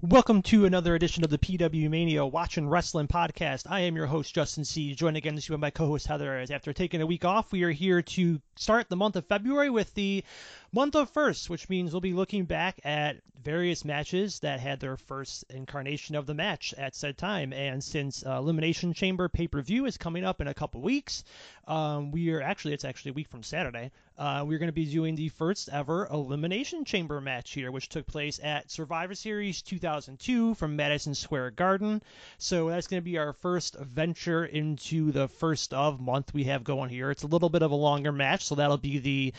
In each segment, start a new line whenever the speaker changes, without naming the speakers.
Welcome to another edition of the PW Mania Watching Wrestling Podcast. I am your host, Justin C. Joined again this week by my co host, Heather Ayres. After taking a week off, we are here to start the month of February with the month of first, which means we'll be looking back at various matches that had their first incarnation of the match at said time. And since uh, Elimination Chamber pay per view is coming up in a couple weeks, um, we are actually, it's actually a week from Saturday. Uh, we're going to be doing the first ever Elimination Chamber match here, which took place at Survivor Series 2002 from Madison Square Garden. So that's going to be our first venture into the first of month we have going here. It's a little bit of a longer match, so that'll be the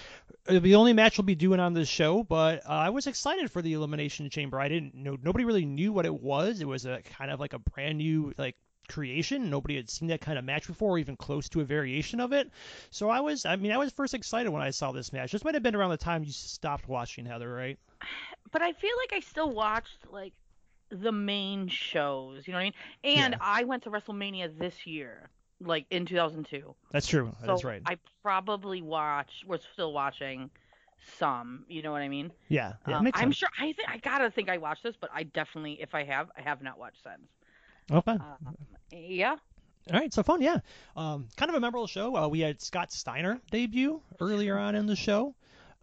it'll be the only match we'll be doing on this show. But uh, I was excited for the Elimination Chamber. I didn't know nobody really knew what it was. It was a kind of like a brand new like creation. Nobody had seen that kind of match before, or even close to a variation of it. So I was, I mean, I was first excited when I saw this match. This might have been around the time you stopped watching Heather, right?
But I feel like I still watched like the main shows. You know what I mean? And
Yeah.
I went to WrestleMania this year, like in 2002.
That's true. That's
So
right.
I probably watched, was still watching some. You know what I mean?
yeah, yeah
Um,
makes
I'm
sense.
sure. I th- I gotta think I watched this, but I definitely, if I have, I have not watched since.
okay.
Um, yeah.
Oh, All right, so fun, yeah. Um, kind of a memorable show. Uh, we had Scott Steiner debut earlier on in the show.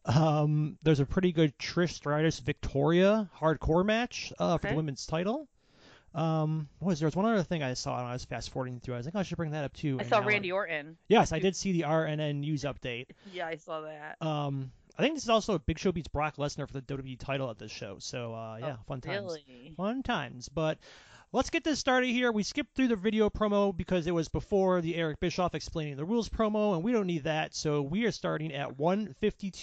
Um, there's a pretty good Trish Stratus Victoria hardcore match uh, for
Okay.
the women's title. Um, what was there was one other thing I saw and I was fast forwarding through. I think I should bring that up too.
I
and
saw
now-
Randy Orton.
Yes, I did see the RNN news update.
Yeah, I saw that.
Um, I think this is also Big Show beats Brock Lesnar for the WWE title at this show. So uh, yeah,
Oh,
fun times
Really?
fun times. But let's get this started here. We skipped through the video promo because it was before the Eric Bischoff explaining the rules promo, and we don't need that. So we are starting at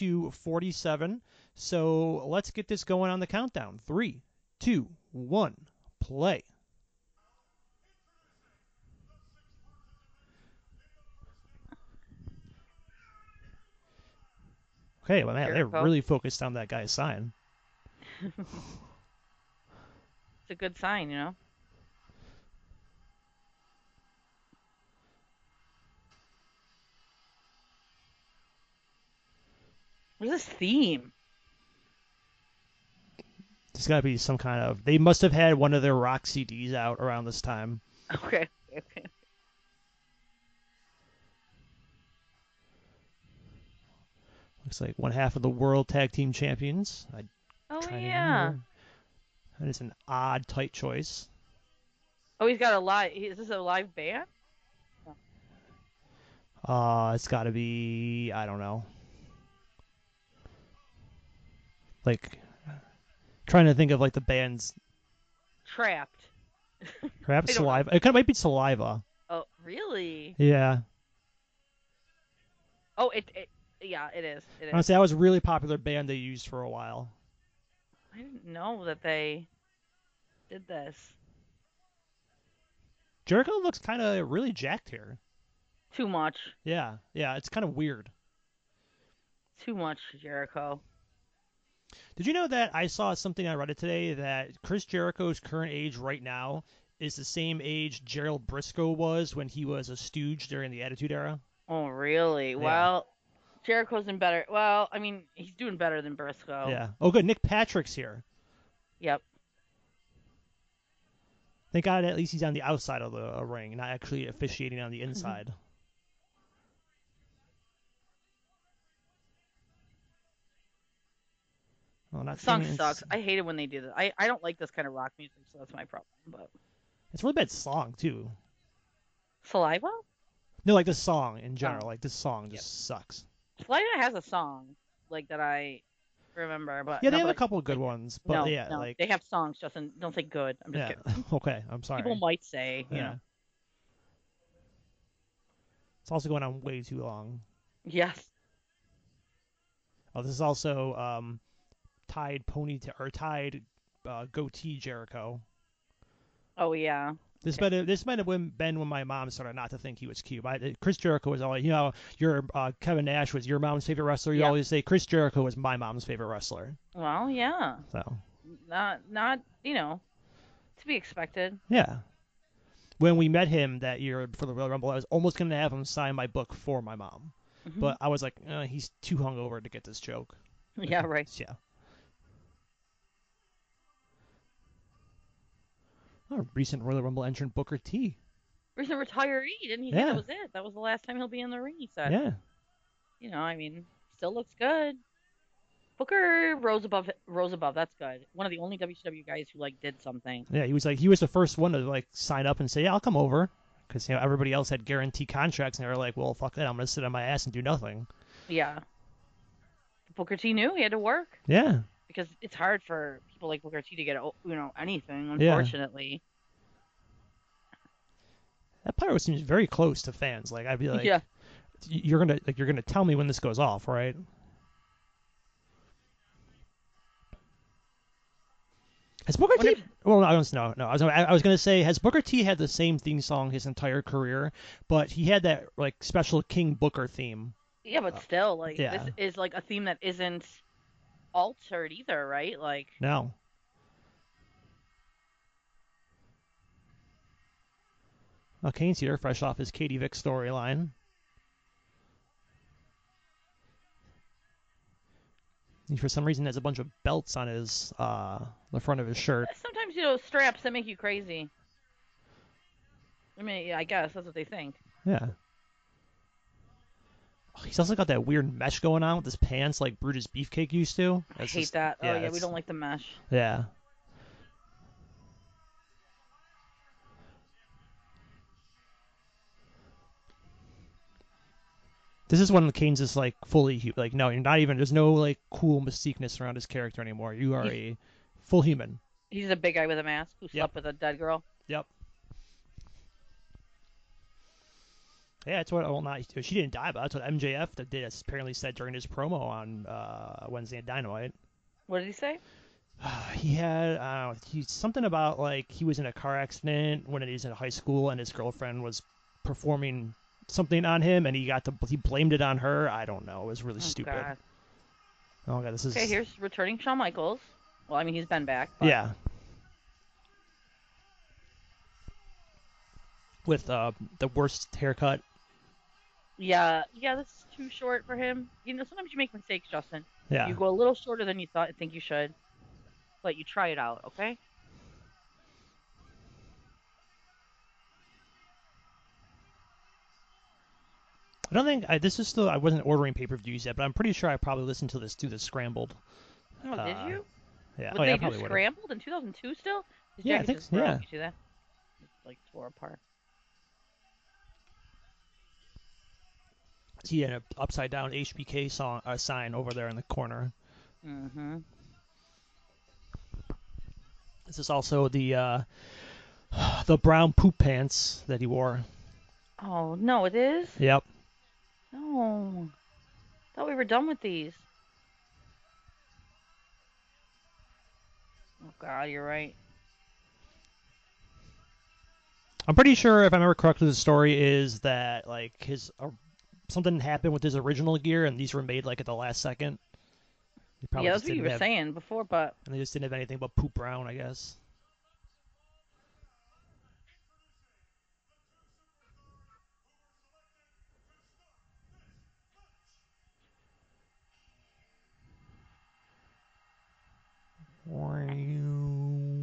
152.47. So let's get this going on the countdown. Three, two, one, play. Okay, well, man, they're
Jericho.
really focused on that guy's sign.
It's a good sign, you know. What is this theme?
There's got to be some kind of. They must have had one of their rock CDs out around this time.
Okay. Okay.
Looks like one half of the world tag team champions. I
Oh
try to
yeah.
remember. That is an odd tight choice.
Oh, he's got a live. Is this a live band?
Uh, it's got to be. I don't know. Like, trying to think of like the band's
Trapped.
perhaps
I don't know.
saliva. It kind of might be saliva.
Oh, really?
Yeah.
Oh, it. it yeah, it is. It is.
Honestly, that was a really popular band they used for a while.
I didn't know that they did this.
Jericho looks kind of really jacked here.
Too much.
Yeah. Yeah. It's kind of weird.
Too much, Jericho.
Did you know that I saw something I read it today that Chris Jericho's current age right now is the same age Gerald Briscoe was when he was a stooge during the Attitude Era?
Oh, really? Well, Jericho's in better. Well, I mean, he's doing better than Briscoe.
Yeah. Oh, good. Nick Patrick's here.
Yep.
Thank God at least he's on the outside of the uh, ring, not actually officiating on the
Mm-hmm.
inside. Oh, not
The song
I mean, it's-
sucks. I hate it when they do that. I, I don't like this kind of rock music, so that's my problem. But
It's a really bad song too.
Saliva?
No, like this song in general.
Oh.
Like this song just
Yep.
sucks.
Saliva has a song like that I remember, but
Yeah, they
Uh, no,
have a
but I-
couple of good ones, but
no,
yeah,
no,
like
they have songs, Justin. Don't say good. I'm just
yeah.
kidding.
okay, I'm sorry.
People might say, you
Yeah.
know,
It's also going on way too long.
yes.
Oh, this is also um, tied pony or tied uh, goatee Jericho.
Oh yeah.
This might have, this might have been, been when my mom started not to think he was cute. I, Chris Jericho was always, you know, your uh, Kevin Nash was your mom's favorite wrestler. You
Yeah.
always say Chris Jericho was my mom's favorite wrestler.
Well, yeah.
So
Not not you know, to be expected.
yeah, when we met him that year for the Royal Rumble, I was almost going to have him sign my book for my mom,
Mhm.
but I was like, uh, he's too hungover to get this joke.
yeah, right.
Yeah. A recent Royal Rumble entrant Booker T.
Recent retiree, didn't he? say
Yeah.
That was it. That was the last time he'll be in the ring. He said.
Yeah.
You know, I mean, still looks good. Booker rose above. Rose above. That's good. One of the only WCW guys who like did something.
Yeah, he was like he was the first one to like sign up and say, "Yeah, I'll come over," because you know everybody else had guarantee contracts, and they were like, "Well, fuck that, I'm gonna sit on my ass and do nothing."
Yeah. Booker T knew he had to work
Yeah,
because it's hard for people like Booker T to get oh, you know anything.
Yeah.
Unfortunately.
that pyro seems very close to fans. Like I'd be like,
yeah.
y- "You're gonna like you're gonna tell me when this goes off, right?" Has Booker
Wonder
T? Well, no, I don't know. No, I was I was gonna say, has Booker T had the same theme song his entire career? But he had that like special King Booker theme.
Yeah, but still, like
uh, yeah.
this is like a theme that isn't altered either, right? Like
No. Well, Kane's here, fresh off his Katie Vick storyline. He, for some reason, has a bunch of belts on his uh, the front of his shirt.
sometimes you know straps that make you crazy. I mean, yeah, I guess that's what they think.
Yeah. Oh, He's also got that weird mesh going on with his pants, like Brutus Beefcake used to.
I
That's
hate
just-
that. oh yeah, we
it's-
don't like the mesh.
Yeah. This is when Kane's is like fully hu- like no, you're not even. There's no like cool mystiqueness around his character anymore. You are a full human.
He's a big guy with a mask who slept with a dead girl.
Yep. Yeah, that's what. Well, not she didn't die, but that's what MJF that did apparently said during his promo on uh, Wednesday at Dynamite.
What did he say?
he had uh, he, something about like he was in a car accident when he was in high school and his girlfriend was performing something on him and he got to he blamed it on her i don't know it was really
Oh,
stupid
God.
oh god this is
Okay, here's returning Shawn Michaels. Well, I mean, he's been back. But
yeah with uh the worst haircut
Yeah, yeah, that's too short for him. You know, sometimes you make mistakes, Justin.
yeah
You go a little shorter than you thought think you should, but you try it out, okay?
i don't think I, this is still i wasn't ordering pay-per-views yet but i'm pretty sure i probably listened to this through the scrambled
Oh,
Uh,
did you?
yeah
Would
oh yeah I
they
probably
do
would've.
scrambled in 2002 still? His
Yeah, I
jacket
think
just
so,
broke.
yeah.
You see that? It, like tore apart.
see an upside down hbk song, uh, sign over there in the corner
Mm-hmm.
This is also the uh, the brown poop pants that he wore.
Oh no, it is.
Yep.
No. Thought we were done with these. Oh God, you're right.
I'm pretty sure, if I remember correctly, the story is that like his uh, something happened with his original gear, and these were made like at the last second. He probably
yeah,
just
that's what you
didn't
were
have-
saying before, but
And they just didn't have anything but poop brown, I guess.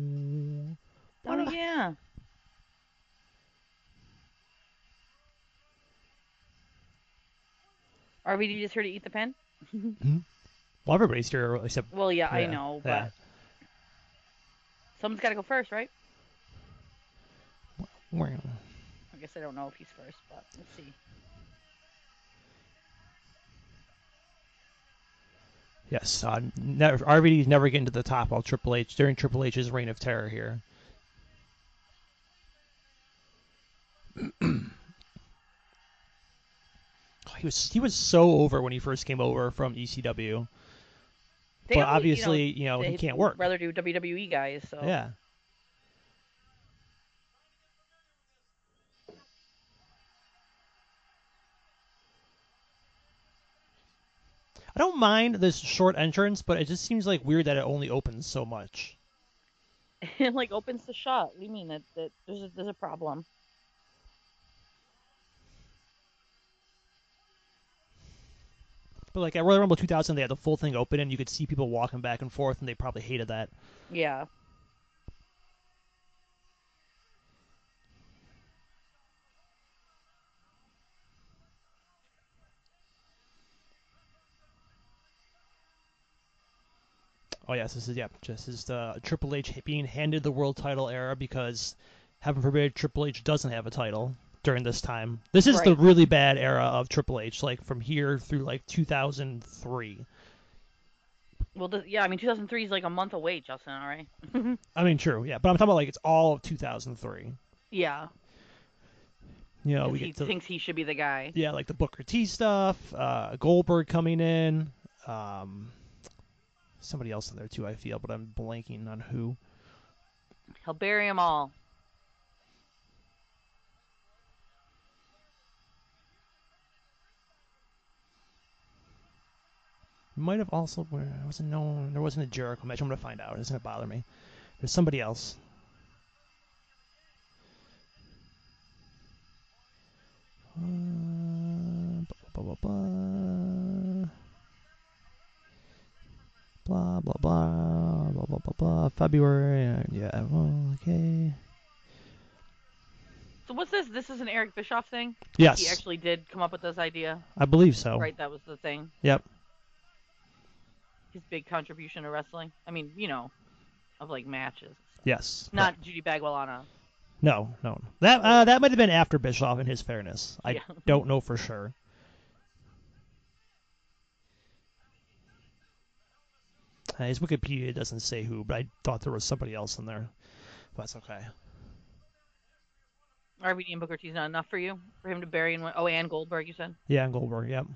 Why
oh
not?
yeah. Are we just here to eat the pen?
Well, everybody's here except
Well, yeah, I
Yeah,
know, but
yeah.
someone's got to go first, right?
Wow.
I guess I don't know if he's first, but let's see.
Yes, uh, never, RVD's never getting to the top while Triple H during Triple H's reign of terror here. Oh, he was he was so over when he first came over from ECW,
They
but
only, you know,
obviously you know, he
they'd
can't work.
Rather do WWE guys. So
Yeah. I don't mind this short entrance, but it just seems like weird that it only opens so much.
it like opens the shot. What do you mean that, that there's a, there's a problem?
But like at Royal Rumble 2000, they had the full thing open, and you could see people walking back and forth, and they probably hated that.
Yeah.
Oh yes, this is yeah, this is the Triple H being handed the world title era because heaven forbid Triple H doesn't have a title during this time. This is the
Right.
really bad era of Triple H, like from here through like 2003.
Well, th- yeah, I mean, 2003 is like a month away, Justin. All right.
I mean, true, yeah, but I'm talking about like it's all of 2003.
Yeah.
You know,
'cause
we
he
get to
thinks he should be the guy.
yeah, like the Booker T stuff, uh, Goldberg coming in, um, somebody else in there too. I feel, but I'm blanking on who.
He'll bury them all.
Might have also where I wasn't no there wasn't a Jericho match. I'm gonna find out. It's gonna bother me. There's somebody else. Uh, blah blah blah blah blah blah blah blah blah blah blah February uh, yeah well, okay
So what's this? This is an Eric Bischoff thing. He
yes Oh.
actually did come up with this idea,
I believe so
right? That was the thing.
yep
His big contribution to wrestling. I mean, you know, of like matches.
yes
Not Judy Bagwell on a.
No, no. That uh, that might have been after Bischoff in his fairness. I
Yeah.
don't know for sure. Uh, his Wikipedia doesn't say who, but I thought there was somebody else in there. That's okay.
RVD and Booker T's not enough for you for him to bury and win. Oh, and Goldberg, you said.
Yeah, and Goldberg, yep.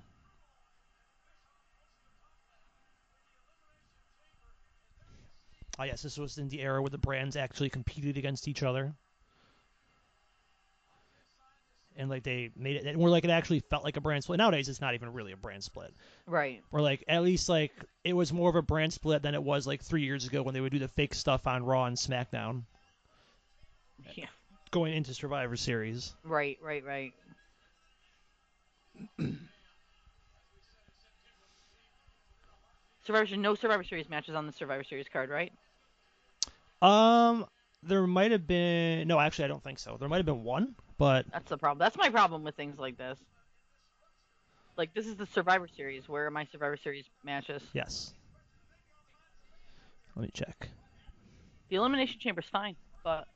Oh, yes, this was in the era where the brands actually competed against each other. And, like, they made it, more like it actually felt like a brand split. Nowadays, it's not even really a brand split.
Right.
Or, like, at least, like, it was more of a brand split than it was, like, three years ago when they would do the fake stuff on Raw and SmackDown
Yeah.
going into Survivor Series.
Right. Right. Right. Survivor Series, no Survivor Series matches on the Survivor Series card, right?
Um, there might have been, no, actually, I don't think so. There might have been one, but
That's the problem. That's my problem with things like this. Like this is the Survivor Series. Where are my Survivor Series matches?
Yes. Let me check.
The Elimination Chamber's fine, but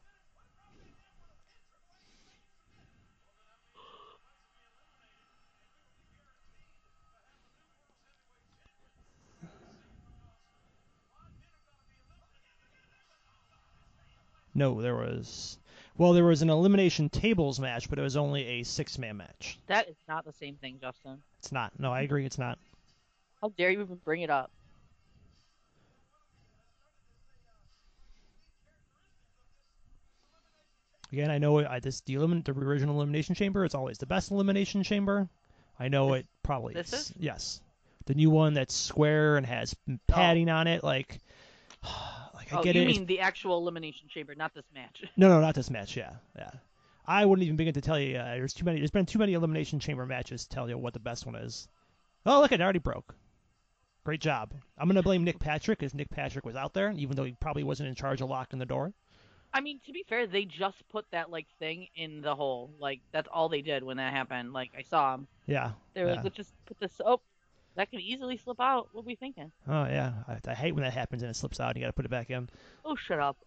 No, there was. Well, there was an elimination tables match, but it was only a six man match.
that is not the same thing, Justin.
It's not. No, I agree. It's not.
How dare you even bring it up?
Again, I know it, I, this the, elimin, the original elimination chamber. It's always the best elimination chamber. I know
This-
it probably
this
is.
is?
Yes, the new one that's square and has padding on it. Like, like I
oh,
get
you
it. It's-
mean the actual Elimination Chamber, not this match.
No, no, not this match. Yeah, yeah. I wouldn't even begin to tell you. Uh, there's too many. There's been too many elimination chamber matches to tell you what the best one is. Oh, look, it already broke. Great job. I'm gonna blame Nick Patrick if Nick Patrick was out there, even though he probably wasn't in charge of locking the door.
I mean, to be fair, they just put that like thing in the hole. Like that's all they did when that happened. Like I saw them.
Yeah.
They were
Yeah.
like, let's just put this. Oh, that can easily slip out. What were we thinking?
Oh yeah. I, I hate when that happens and it slips out. and You gotta put it back in.
Oh, shut up.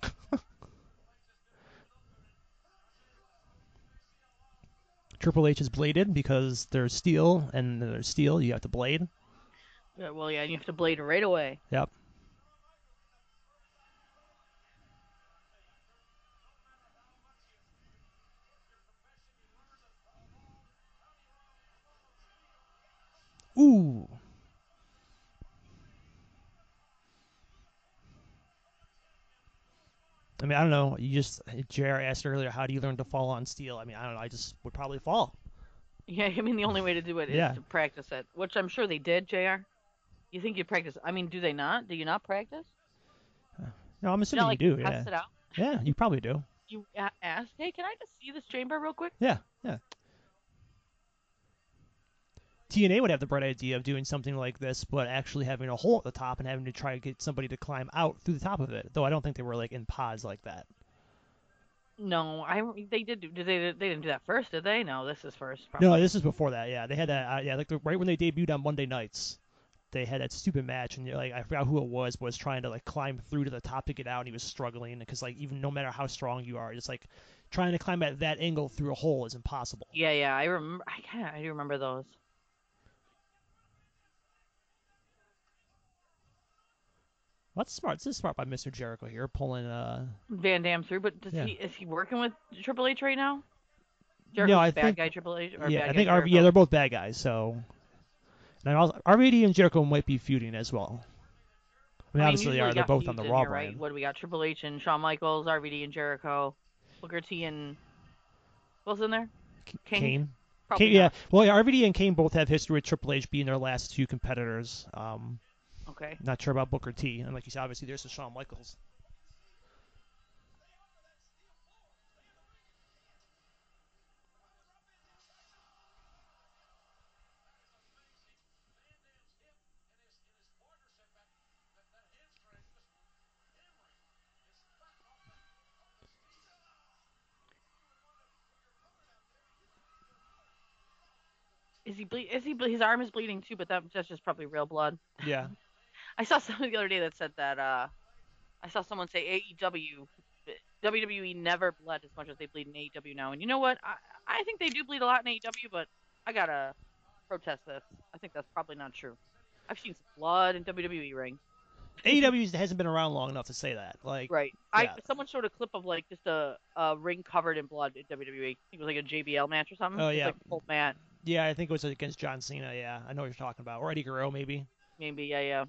Triple H is bladed because there's steel and there's steel. You have to blade.
Yeah, well, yeah, you have to blade right away.
Yep. Ooh. I mean, I don't know. You just JR asked earlier, how do you learn to fall on steel? I mean, I don't know. I just would probably fall.
Yeah, I mean the only way to do it is
Yeah.
to practice it, which I'm sure they did, Jr. You think you practice? I mean, do they not? Do you not practice?
No, I'm
You
assuming
not, like,
you do.
test
Yeah,
it out.
yeah, you probably do.
You a- ask, hey, can I just see this chamber real quick?
Yeah, yeah. TNA would have the bright idea of doing something like this, but actually having a hole at the top and having to try to get somebody to climb out through the top of it. Though I don't think they were like in pods like that.
No, I they did. do- Did they? They didn't do that first, did they? No, this is first. Probably.
No, this is before that. Yeah, they had that. Uh, yeah, like the, right when they debuted on Monday nights, they had that stupid match, and like I forgot who it was, but was trying to like climb through to the top to get out, and he was struggling because like even no matter how strong you are, it's like trying to climb at that angle through a hole is impossible.
Yeah, yeah, I remember. I kind of I do remember those.
Well, that's smart. This is smart by Mr. Jericho here, pulling. uh
Van Dam through, but does
Yeah.
he is he working with Triple H right now? Jericho's
I
bad
think-
guy Triple H. Or
Yeah,
bad
I
guy
think RV,
Jericho?
yeah, they're both bad guys. So, and I also, RVD and Jericho might be feuding as well. I mean,
I mean,
obviously they
usually
are. They're
got
both on the
feuds in
Raw
here, right?
brand.
What do we got? Triple H and Shawn Michaels, RVD and Jericho, Booker T and what's in there? Kane?
Kane.
Probably
Kane, yeah.
not.
Well, yeah, RVD and Kane both have history with Triple H being their last two competitors. Um,
Okay.
not sure about Booker T. And like you said, obviously there's the Shawn Michaels.
Is he ble- is he ble- his arm is bleeding too? But that, that's just probably real blood.
Yeah.
I saw someone the other day that said that. Uh, I saw someone say E AEW, WWE E never bled as much as they bleed in AEW now. And you know what? I, I think they do bleed a lot in AEW, but I gotta protest this. I think that's probably not true. I've seen some blood in WWE ring.
AEW E hasn't been around long enough to say that. Like,
Right.
Yeah.
I someone showed a clip of like just a, a ring covered in blood in WWE. I think it was like a JBL match or something.
Oh,
It's
yeah.
Like full mat.
yeah, I think it was against John Cena. Yeah, I know what you're talking about. Or Eddie Guerrero, maybe.
Maybe yeah yeah.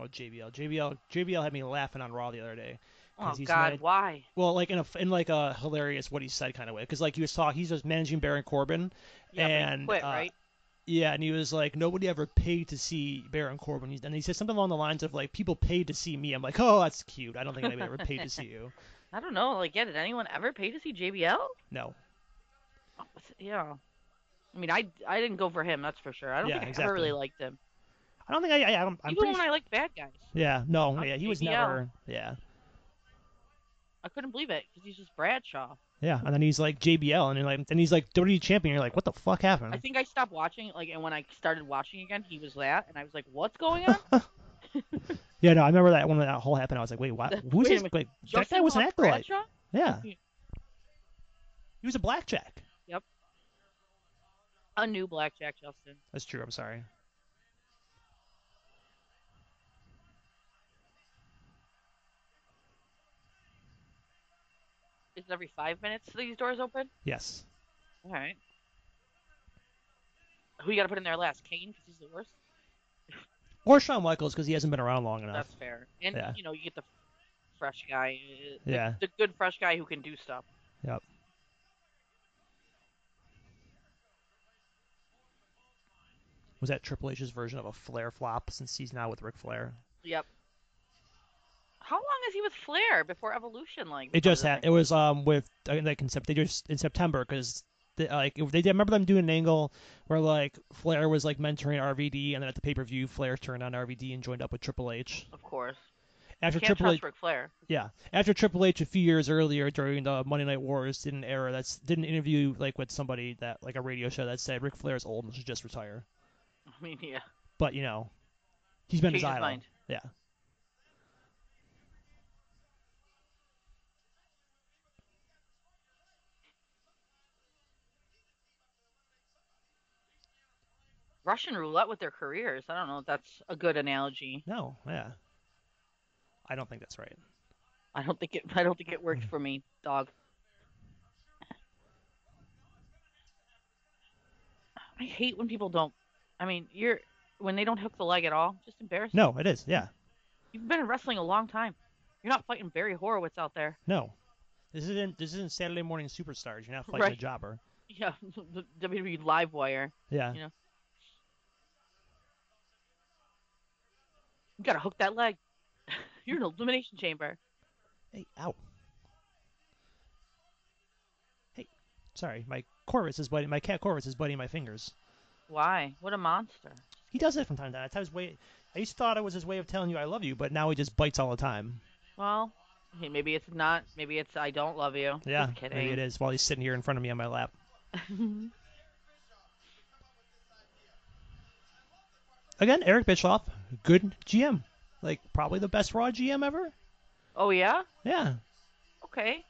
Oh, JBL. JBL. JBL had me laughing on Raw the other day.
Oh
'Cause he's
God,
mad.
why?
Well, like in a in like a hilarious what he said kind of way, because like you saw he's just managing Baron Corbin,
Yeah, but he
And,
quit
uh,
right.
yeah, and he was like nobody ever paid to see Baron Corbin, He's- and he said something along the lines of like people paid to see me. I'm like, oh, that's cute. I don't think anybody ever paid to see you.
I don't know. Like yeah, did anyone ever pay to see JBL?
No,
Yeah. I mean, I, I didn't go for him, that's for sure. I don't
Yeah,
think I ever really
exactly.
liked him.
I don't think I. I, I am I'm
Even
pretty.
when
sure-
I liked bad guys,
Yeah, no,
I'm
yeah, he was
JBL.
never. Yeah,
I couldn't believe it because he's just Bradshaw.
yeah, and then he's like JBL, and then like then he's like WWE champion. You're like, what the fuck happened?
I think I stopped watching, like, and when I started watching again, he was that, and I was like, "What's going on?"
yeah, no, I remember that when that whole happened. I was like, wait, what?
Wait
Who's
a
this?
minute,
Like, that guy
Justin
was an
Rock
acolyte.
Bradshaw?
Yeah,
Yeah.
he was a blackjack.
A new Blackjack Justin.
That's true. I'm sorry.
Is it every five minutes these doors open?
Yes.
All right. Who you got to put in there last? Kane, because he's the worst.
Or Shawn Michaels because he hasn't been around long enough.
That's fair. And
Uh, Yeah.
you know, you get the fresh guy. uh, the-
Yeah.
The, good fresh guy who can do stuff.
Yep. Was that Triple H's version of a Flair flop since he's now with Ric Flair?
Yep. How long is he with Flair before Evolution? Like
It just
before
had it was um with I like in Sep- they just in September because like if they did, remember them doing an angle where like Flair was like mentoring RVD and then at the pay per view Flair turned on RVD and joined up with Triple H
the- Of course.
after
Can't
Triple
trust
H
Ric Flair.
Yeah, after Triple H a few years earlier during the Monday Night Wars did an era that's did an interview like with somebody that like a radio show that said Ric Flair's old and should just retire.
I mean, yeah.
But you know, he's been
Change his
his idol.
mind.
Yeah.
Russian roulette with their careers. I don't know if that's a good analogy.
No. Yeah. I don't think that's right.
I don't think it. I don't think it works
Mm.
for me, dog. I hate when people don't. I mean, you're when they don't hook the leg at all. Just embarrassing.
No, it is. Yeah.
You've been in wrestling a long time. You're not fighting Barry Horowitz out there.
No. This isn't this isn't Saturday morning superstars. You're not fighting a
Right.
jobber.
Yeah, the E WWE Live Wire.
Yeah.
Yeah. You gotta hook that leg. You're in an elimination chamber.
Hey, ow. Hey, sorry. My Corvus is biting. My cat Corvus is biting my fingers.
Why? What a monster.
He does it from time to time. That's his way. I used to thought it was his way of telling you I love you, but now he just bites all the time.
Well, hey, maybe it's not. Maybe it's I don't love you.
Yeah,
Just kidding.
maybe it is. While he's sitting here in front of me on my lap. again, Eric Bischoff, good GM, like probably the best Raw GM ever.
Oh yeah.
Yeah,
Okay.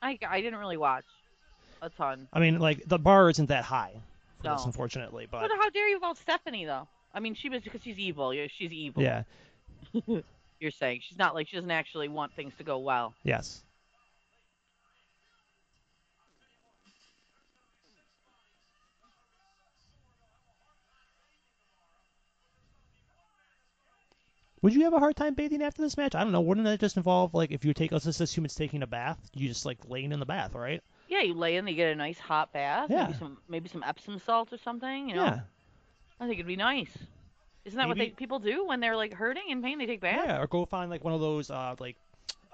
I I didn't really watch a ton.
I mean, like the bar isn't that high for this,
No.
unfortunately, but
But how dare you about Stephanie though? I mean, she was because she's evil. You're, she's evil.
yeah,
You're saying she's not like she doesn't actually want things to go well.
yes. Would you have a hard time bathing after this match? I don't know. Wouldn't that just involve like if you take let's just assume it's taking a bath, you just like laying in the bath, right?
Yeah, you lay in, you get a nice hot bath.
Yeah.
Maybe some maybe some Epsom salt or something. You know,
Yeah,
I think it'd be nice. Isn't that what
Maybe-
they, people do when they're like hurting in pain? They take baths.
yeah. Or go find like one of those uh like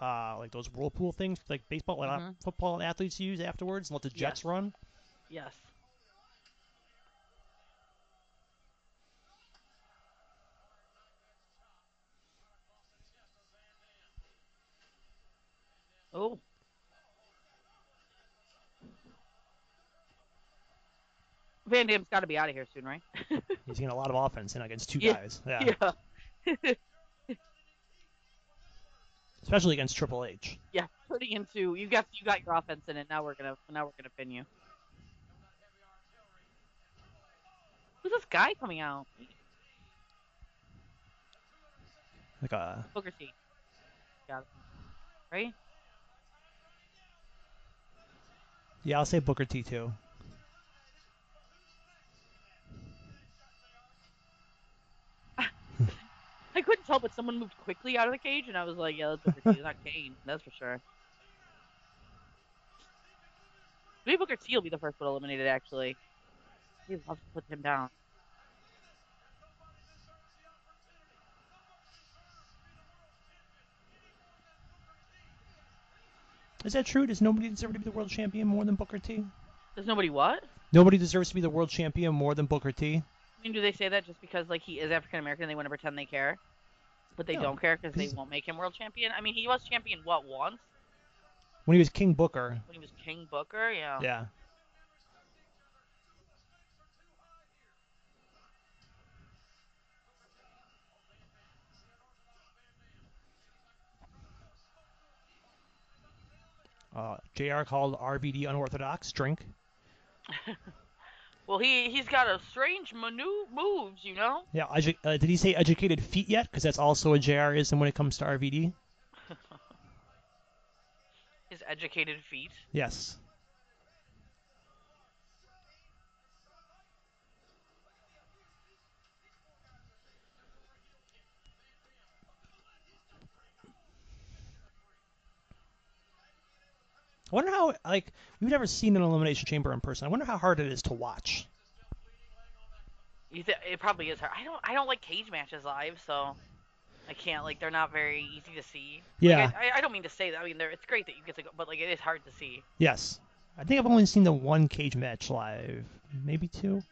uh like those whirlpool things like baseball, like, uh,
Mhm.
football athletes use afterwards, and let the jets
Yes.
run.
Yes. Oh. Van Damme's got to be out of here soon, right?
He's getting a lot of offense and against two
Yeah.
guys. Yeah.
yeah.
Especially against Triple H.
Yeah, pretty into you got you got your offense in it. Now we're gonna now we're gonna pin you. Who's this guy coming out?
Like uh, a
Booker T. Got it. Right?
yeah, I'll say Booker T too.
I couldn't tell, but someone moved quickly out of the cage, and I was like, "Yeah, that's Booker T. Not Kane, that's for sure." Maybe Booker T. will be the first one eliminated. Actually, he loves to put him down.
Is that true? Does nobody deserve to be the world champion more than Booker T?
Does nobody what?
Nobody deserves to be the world champion more than Booker T.
I mean, do they say that just because like he is African American, and they want to pretend they care, but they
No,
don't care because they
he's-
won't make him world champion? I mean, he was champion what once
When he was King Booker.
when he was King Booker. Yeah.
Yeah. Uh, JR called RVD unorthodox. Drink.
Well, he he's got a strange manu- moves, you know.
Yeah, edu- uh, did he say educated feet yet? Because that's also a JRism when it comes to RVD.
His educated feet.
Yes. I wonder how like we've never seen an elimination chamber in person. I wonder how hard it is to watch.
You th- it probably is hard. I don't I don't like cage matches live, so I can't like they're not very easy to see.
Yeah.
Like, I, I- I don't mean to say that. I mean, they're, it's great that you get to go, but like it is hard to see.
Yes. I think I've only seen the one cage match live, maybe two.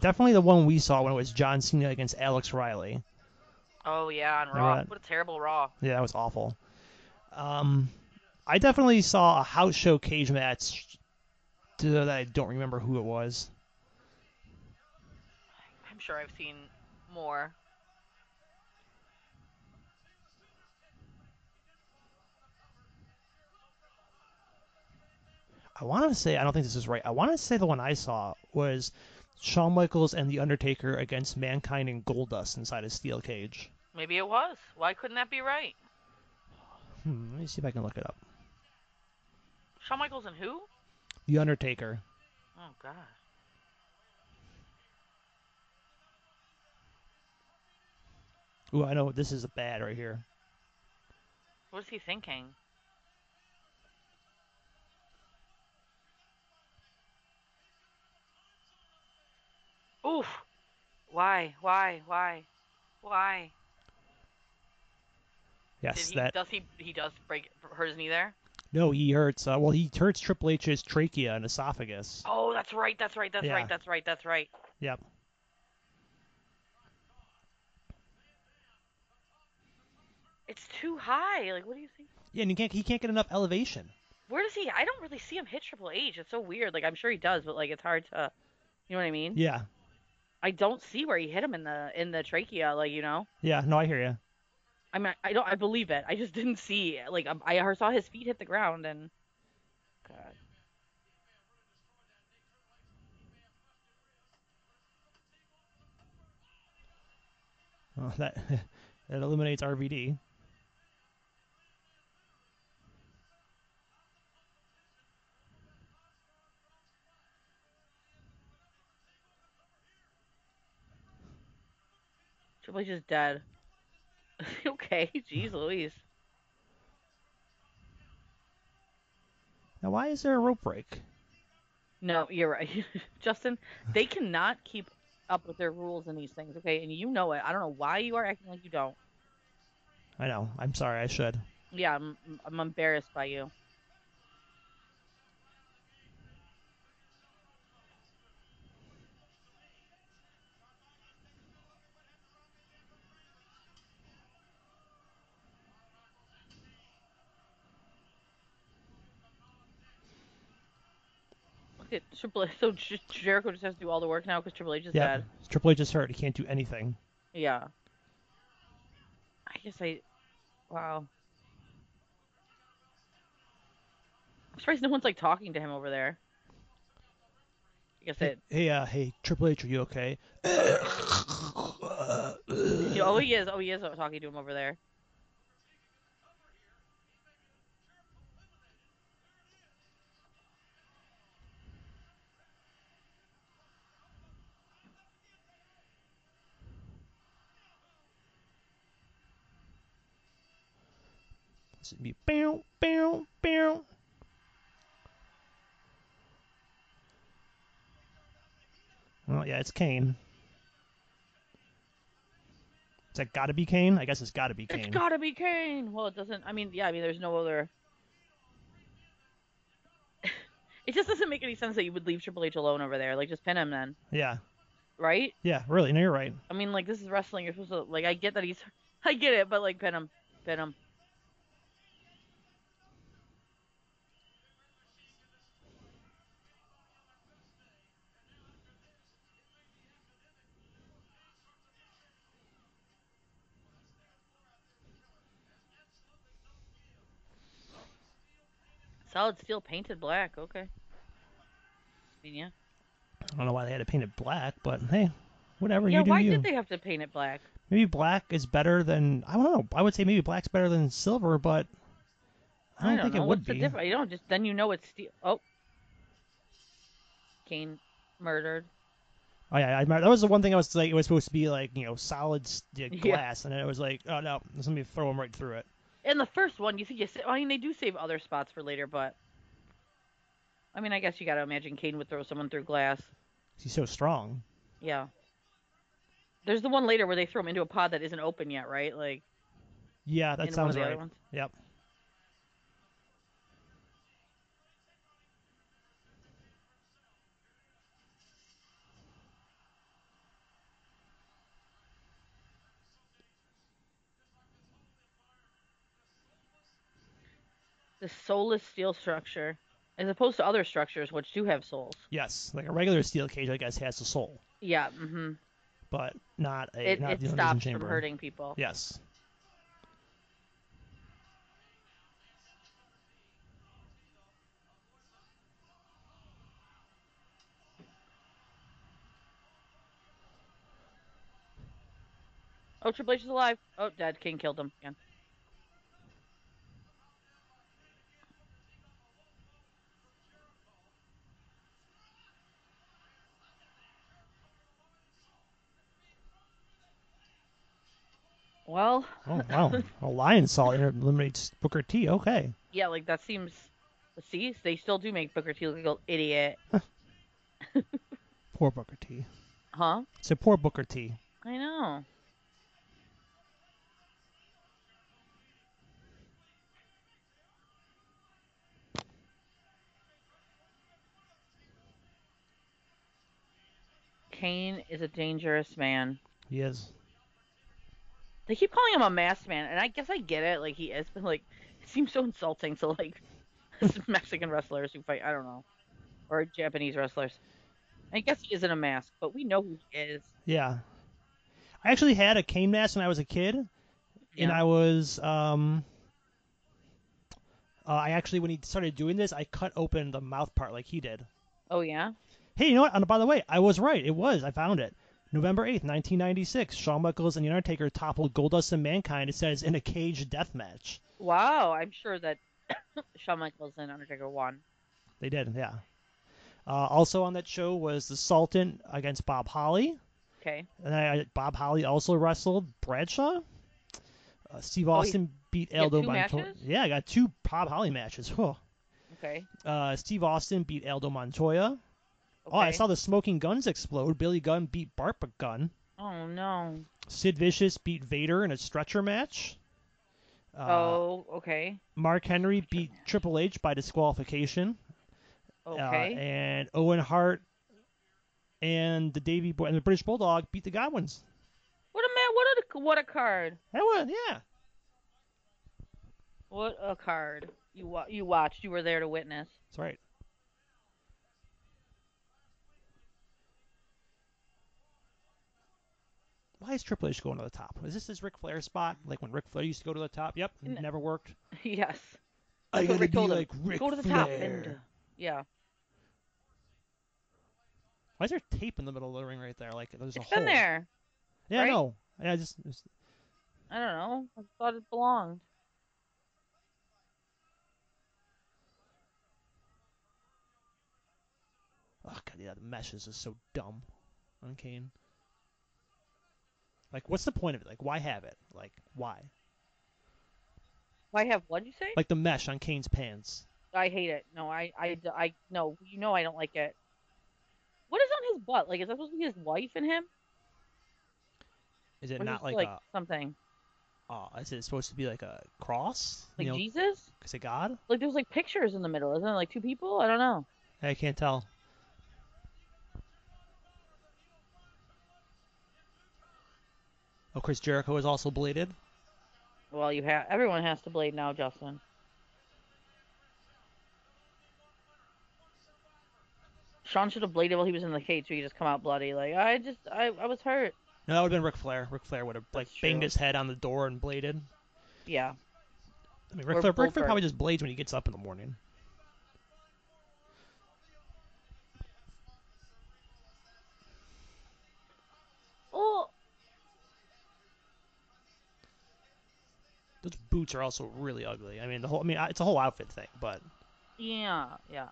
Definitely the one we saw when it was John Cena against Alex Riley.
Oh yeah, on
Remember
Raw.
that?
What a terrible Raw.
Yeah, that was awful. Um, I definitely saw a house show cage match to- that I don't remember who it was.
I'm sure I've seen more.
I want to say I don't think this is right. I want to say the one I saw was Shawn Michaels and The Undertaker against Mankind and Goldust inside a steel cage.
Maybe it was. Why couldn't that be right?
Hmm, let me see if I can look it up.
Shawn Michaels and who?
The Undertaker.
Oh gosh.
Ooh, I know this is bad right here.
What is he thinking? Oof. Why? Why? Why? Why? Did
Yes,
he,
that.
Does he? He does break hurt his knee there.
No, he hurts. Uh, well, he hurts Triple H's trachea and esophagus.
Oh, that's right. That's right. That's
Yeah.
right. That's right. That's right.
Yep.
It's too high. Like, what do you think?
Yeah, and he can't. He can't get enough elevation.
Where does he? I don't really see him hit Triple H. It's so weird. Like, I'm sure he does, but like, it's hard to. You know what I mean?
Yeah.
I don't see where he hit him in the in the trachea. Like you know,
Yeah. No, I hear you.
I mean, I don't. I believe it. I just didn't see. Like um, I saw his feet hit the ground and. God.
Oh, that that eliminates RVD.
Triple H is dead. okay, jeez Louise.
Now, why is there a rope break?
No, you're right. Justin, they cannot keep up with their rules in these things, okay? And you know it. I don't know why you are acting like you don't.
I know. I'm sorry. I should.
Yeah, I'm, I'm embarrassed by you. Look at Triple H. So Jer- Jericho just has to do all the work now because Triple H is
Yeah.
dead.
Triple H is hurt. He can't do anything.
Yeah. I guess I. Wow. I'm surprised no one's like talking to him over there. I guess it.
Hey, uh, hey, Triple H, are you okay?
Yeah, Oh, he is. Oh, he is talking to him over there.
This would be bow, bow, bow. Oh yeah, it's Kane. Is that gotta be Kane? I guess it's gotta be Kane.
It's gotta be Kane. Well, it doesn't. I mean, yeah. I mean, there's no other. it just doesn't make any sense that you would leave Triple H alone over there. Like, just pin him then,
yeah,
right?
yeah, really. No, you're right.
I mean, like this is wrestling. You're supposed to like. I get that he's. I get it, but like pin him, pin him. Solid steel painted black. Okay. I mean, yeah.
I don't know why they had to paint it black, but hey, whatever.
Yeah.
you do
Why
you.
did they have to paint it black?
maybe black is better than I don't know. I would say maybe black's better than silver, but I don't, think
know.
it
What's
would
the
be.
difference? You don't just then you know it's steel. Oh, Kane murdered.
Oh yeah, I remember that was the one thing I was like, it was supposed to be like you know solid s- yeah,
Yeah.
glass, and then it was like, oh no, let me throw him right through it.
In the first one, you think you. sa- I mean, they do save other spots for later, but I mean, I guess you gotta imagine Kane would throw someone through glass.
He's so strong.
Yeah. There's the one later where they throw him into a pod that isn't open yet, right? Like
Yeah, that
in one of
sounds
the
right.
other ones.
Yep.
The soulless steel structure, as opposed to other structures which do have souls.
Yes, like a regular steel cage, I guess, has a soul,
Yeah. Mm-hmm.
but not a
It,
not
it
the elimination
stops
chamber.
from hurting people.
Yes.
Oh, Triple H is alive. Oh, dead. King killed him again. Well,
Oh wow, a lion saw inter- eliminates Booker T. Okay.
yeah, like that seems. See, they still do make Booker T look like an idiot,
Poor Booker T.
huh?
So poor Booker T.
I know. Kane is a dangerous man.
He is.
They keep calling him a masked man, and I guess I get it. Like he is, but like it seems so insulting to like Mexican wrestlers who fight. I don't know, or Japanese wrestlers. I guess he isn't a mask, but we know who he is.
Yeah. I actually had a cane mask when I was a kid, and
Yeah.
I was um. Uh, I actually, when he started doing this, I cut open the mouth part like he did.
Oh yeah.
Hey, you know what? And by the way, I was right. It was. I found it. November 8th, 1996. Shawn Michaels and The Undertaker toppled Goldust and Mankind, it says, in a cage death match.
Wow. I'm sure that Shawn Michaels and Undertaker won.
They did, yeah. Uh, also on that show was The Sultan against Bob Holly.
Okay.
And I, Bob Holly also wrestled Bradshaw. Uh, Steve
Oh, he-
Austin beat
he had
Eldo
two
Montoya.
matches?
Yeah, I got two Bob Holly matches. Whew.
Okay.
Uh, Steve Austin beat Eldo Montoya. Oh, I
Okay.
saw the Smoking Guns explode. Billy Gunn beat Bart Gunn.
Oh no.
Sid Vicious beat Vader in a stretcher match. Uh,
oh. Okay.
Mark Henry
Stretcher
beat
match.
Triple H by disqualification. Uh,
Okay.
and Owen Hart and the Davy Boy and the British Bulldog beat the Godwins.
What a man! What a what a card!
That was yeah.
What a card! You wa- you watched. You were there to witness.
That's right. Why is Triple H going to the top? Is this his Ric Flair spot? Like when Ric Flair used to go to the top? Yep,
N-
never worked.
yes.
I
That's what
gotta
Rick
be
told him.
like Ric
Go to the
Flair.
top and uh, yeah.
Why is there tape in the middle of the ring right there? Like there's a
It's
hole.
been there.
Yeah,
right?
I know. Yeah, I just it's-
I don't know. I thought it belonged.
Oh god, yeah, the mesh is just so dumb on Kane. Like, what's the point of it? Like, why have it? Like, why?
Why have what you say?
Like the mesh on Kane's pants.
I hate it. No, I I I no. You know I don't like it. What is on his butt? Like is that supposed to be his wife and him?
Is it
Or is
not
this,
like,
something
a? Oh, is it supposed to be like a cross?
like
you know,
Jesus?
because of God?
Like there's like pictures in the middle, isn't it? Like two people? I don't know.
I can't tell. Oh, Chris Jericho is also bladed.
Well, you have everyone has to blade now, Justin. Sean should have bladed while he was in the cage, so he just come out bloody. Like I just, I, I was hurt.
No, that would have been Ric Flair. Ric Flair would have like
That's
banged
true.
his head on the door and bladed.
Yeah.
I mean, Ric
Or
Flair, Ric Flair
Goldberg.
probably just blades when he gets up in the morning.
Oh,
Those boots are also really ugly. I mean, the whole. I mean, I- it's a whole outfit thing, but
yeah, yeah.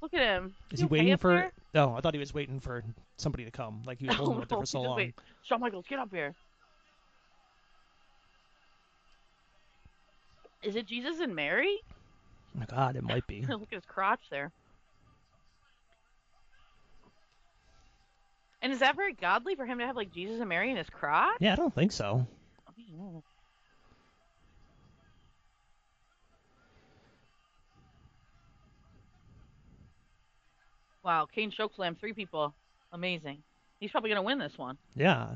Look at him.
is he
You okay
waiting
up
for?
there?
No, I thought he was waiting for somebody to come. Like he was holding
Oh,
it there
no,
for so
just
long.
wait. Shawn Michaels, get up here. Is it Jesus and Mary?
Oh my God, it might be.
Look at his crotch there. And is that very godly for him to have like Jesus and Mary in his crotch?
yeah, I don't think so.
I don't know. Wow, Kane chokeslam three people. Amazing. He's probably gonna win this one.
Yeah,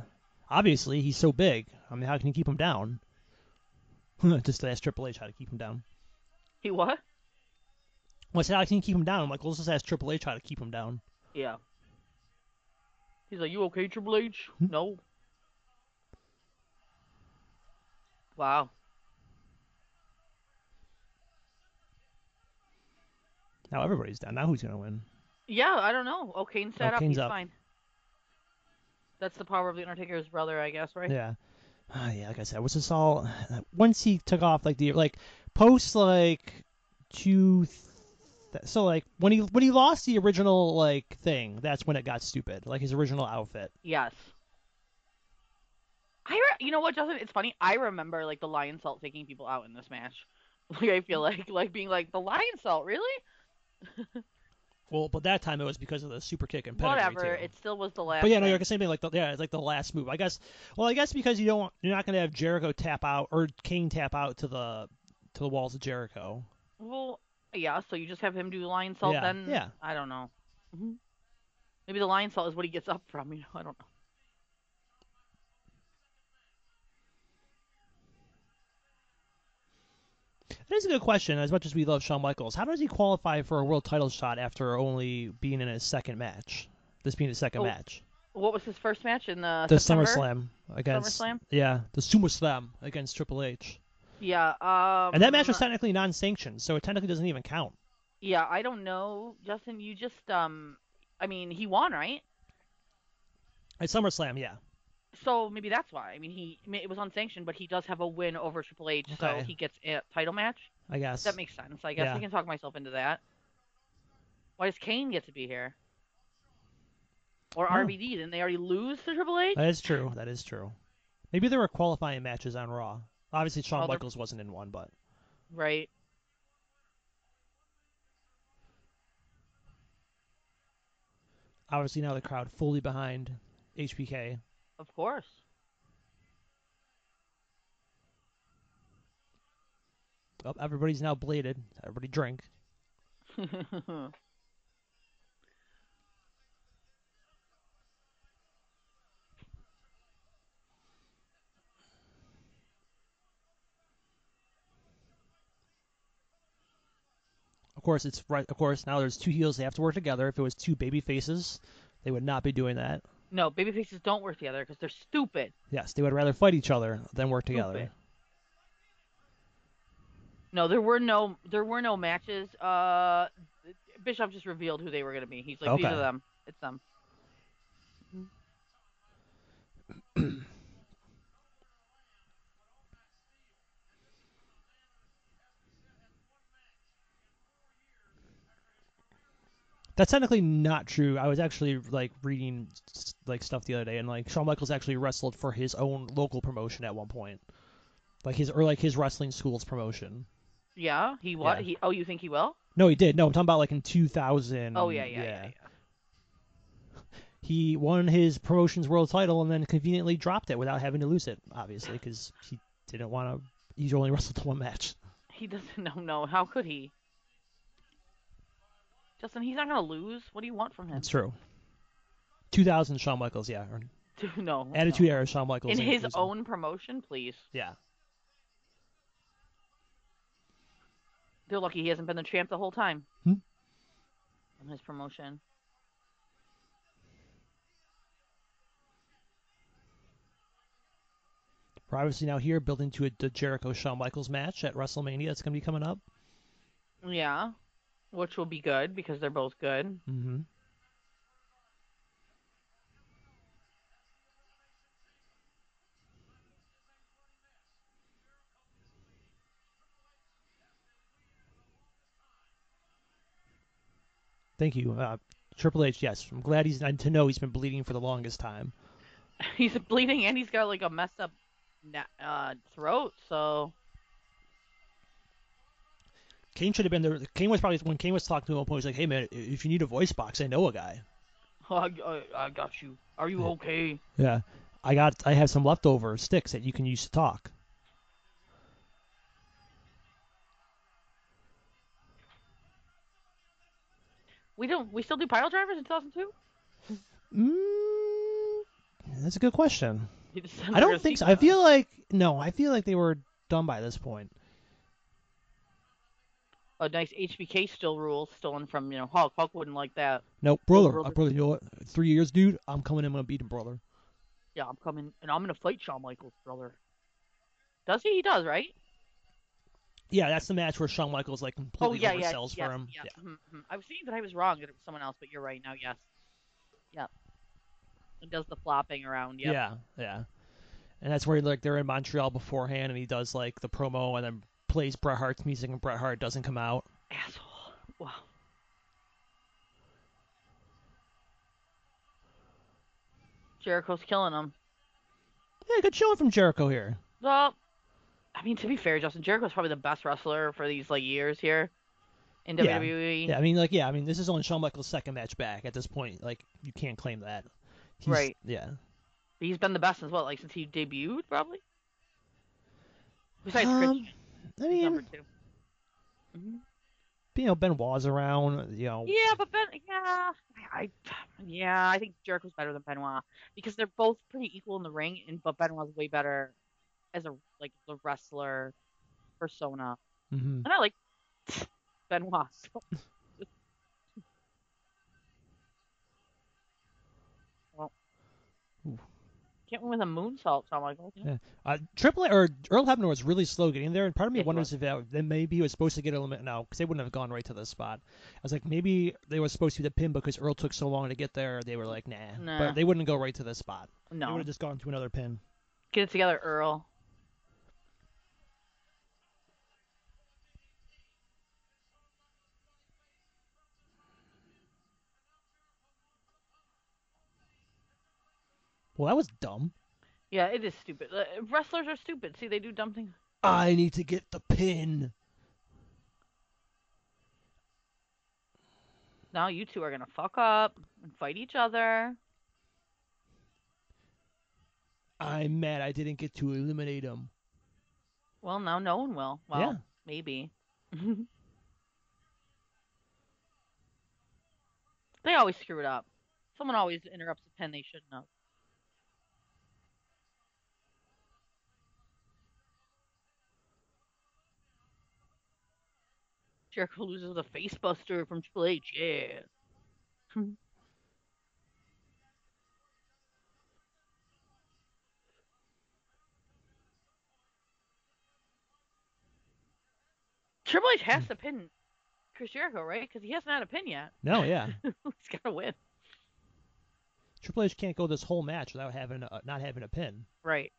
obviously he's so big. I mean, how can you keep him down? Just ask Triple H how to keep him down.
He what?
Well, I said, how can you keep him down? I'm like, well, let's just ask Triple H how to keep him down.
Yeah. He's like, you okay, Triple H?
Hmm.
No. Wow.
Now everybody's down. Now who's gonna win?
Yeah, I don't know. Oh, Kane's set
Oh,
up.
Kane's
He's
up.
fine. That's the power of the Undertaker's brother, I guess, right?
Yeah. Ah, yeah, like I said, was this all once he took off like the like post like two th- so like when he when he lost the original like thing, that's when it got stupid. Like his original outfit.
Yes. I, re- you know what, Justin? It's funny. I remember like the lion salt taking people out in this match. Like I feel like like being like the lion salt, really?
Well, but that time it was because of the super kick and pedigree
Whatever.
too.
It still was the last.
But yeah, no, you're
match.
the same thing. Like the, yeah, it's like the last move. I guess. Well, I guess because you don't want, you're not going to have Jericho tap out or Kane tap out to the to the walls of Jericho.
Well, yeah. So you just have him do lion salt
Yeah,
then?
yeah.
I don't know. hmm Maybe the lion salt is what he gets up from. You know, I don't know.
That is a good question. As much as we love Shawn Michaels, how does he qualify for a world title shot after only being in his second match? This being his second
Oh,
match,
What was his first match in the?
the
September?
SummerSlam against
SummerSlam?
yeah, the SummerSlam against Triple H,
Yeah. Um,
and that match was technically non-sanctioned, so it technically doesn't even count.
Yeah, I don't know, Justin. You just um, I mean, he won, right?
At SummerSlam, yeah,
So maybe that's why. I mean, he I mean, it was unsanctioned, but he does have a win over Triple H,
Okay.
so he gets a title match.
I guess.
That makes sense. I guess
Yeah.
I can talk myself into that. Why does Kane get to be here? Or
Huh.
RBD? Didn't they already lose to Triple H?
That is true. That is true. Maybe there were qualifying matches on Raw. Obviously, Shawn
Oh, there-
Michaels wasn't in one, but
Right.
obviously now the crowd fully behind HBK.
Of course.
Oh, everybody's now bladed. Everybody drink. Of course, it's right. Of course, now there's two heels. They have to work together. If it was two baby faces, they would not be doing that.
no, baby faces don't work together because they're stupid.
Yes, they would rather fight each other than work together.
Stupid. No, there were no there were no matches. Uh, Bishop just revealed who they were gonna be. He's like, these
Okay.
are them. It's them.
That's technically not true. I was actually like reading s- like stuff the other day, and like Shawn Michaels actually wrestled for his own local promotion at one point, like his or like his wrestling school's promotion.
Yeah, he what?
Yeah.
He oh, you think he will?
No, he did. No, I'm talking about like in 2000.
Oh yeah, yeah, yeah.
Mm,
yeah,
He won his promotions world title and then conveniently dropped it without having to lose it, obviously, because he didn't want to. He's only wrestled the one match.
He doesn't know. No, how could he? Justin, he's not gonna lose. What do you want from him?
That's true. 2000 Shawn Michaels, yeah. or
no.
Attitude
no.
Era Shawn Michaels.
In
ain't
his
losing.
own promotion, please.
Yeah.
They're lucky he hasn't been the champ the whole time.
Hmm.
In his promotion.
We're obviously now here building to a the Jericho Shawn Michaels match at WrestleMania that's going to be coming up.
Yeah. Which will be good because they're both good.
Mm-hmm. Thank you, uh, Triple H. Yes, I'm glad he's I to know he's been bleeding for the longest time.
he's bleeding and he's got like a messed up na- uh, throat, so
Kane should have been there. Kane was probably when Kane was talking to him. At one point, he was like, "Hey man, if you need a voice box, I know a guy.
I, I, I got you. Are you okay?
Yeah, I got I have some leftover sticks that you can use to talk."
We don't. We still do pile drivers in 2002.
Mm, that's a good question. I don't think so. I feel like no, I feel like they were done by this point.
a nice HBK still rules stolen from you know Hulk. Hulk wouldn't like that.
No, brother,
Oh, brother.
uh, brother, you know what? Three years, dude. I'm coming. I'm gonna beat him, brother.
Yeah, I'm coming and I'm gonna fight Shawn Michaels' brother. Does he? He does, right?
Yeah, that's the match where Shawn Michaels like
Oh
completely
yeah, yeah,
oversells
yes,
for him.
yes, mhm, mhm. I was thinking that I was wrong that it was someone else, but you're right now. Yes. Yep. It does the flopping around. Yep.
yeah, yeah. And that's where like they're in Montreal beforehand, and he does like the promo and then plays Bret Hart's music, and Bret Hart doesn't come out.
Asshole. Wow. Jericho's killing him.
Yeah, good showing from Jericho here.
Well, I mean, to be fair, Justin Jericho's probably the best wrestler for these like years here in E.
Yeah.
WWE.
Yeah, I mean, like, yeah, I mean, this is only Shawn Michaels' second match back at this point. Like, you can't claim that. He's-
Right.
Yeah.
He's been the best as well, like since he debuted, probably. Besides Christian,
Um, I
he's number
mean,
2 Mhm.
you know, Benoit's around. You know,
Yeah, but Ben, yeah, I, yeah, I think Jericho's better than Benoit because they're both pretty equal in the ring, and but Benoit's way better as a like the wrestler persona.
hmm
And I like Benoit. so- Well.
Ooh.
Can't win with a moonsault, so I'm like, okay.
Yeah. Uh, Triple A- or Earl Hebner was really slow getting there, and part of me
Yeah, he
wonders if that, then maybe he was supposed to get a limit now because they wouldn't have gone right to the spot. I was like, maybe they were supposed to the pin because Earl took so long to get there. They were like, nah,
Nah.
but they wouldn't go right to the spot. They would
No.
have just gone to another pin.
Get it together, Earl.
Well, that was dumb.
Yeah, it is stupid. Uh, Wrestlers are stupid. See, they do dumb things.
I need to get the pin.
Now you two are gonna fuck up and fight each other.
I'm mad I didn't get to eliminate him.
Well, now no one will. Well,
Yeah.
maybe. they always screw it up. Someone always interrupts a pen they shouldn't have. Jericho loses a facebuster from Triple H. Yeah. Triple H has to pin Chris Jericho, right? Because he hasn't had a pin yet.
No, yeah.
He's gotta win.
Triple H can't go this whole match without having a, not having a pin.
Right.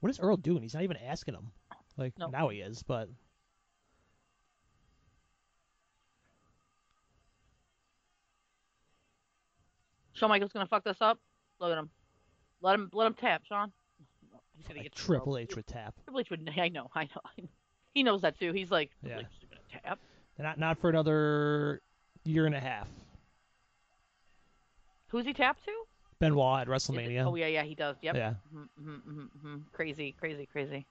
What is Earl doing? He's not even asking him. Like
No.
now he is, but
Shawn Michaels gonna fuck this up. Look at him. Let him let him tap, Shawn. He's gonna
like,
get the
Triple
rope.
H would tap.
Triple H would. I know. I know. I know. He knows that too. He's like,
Yeah.
Triple H is gonna tap.
Not not for another year and a half.
Who's he tapped to?
Benoit at
Is it-
WrestleMania.
Oh yeah, yeah, he does. Yep.
Yeah.
Mhm, mhm, mhm, mhm. Crazy, crazy, crazy.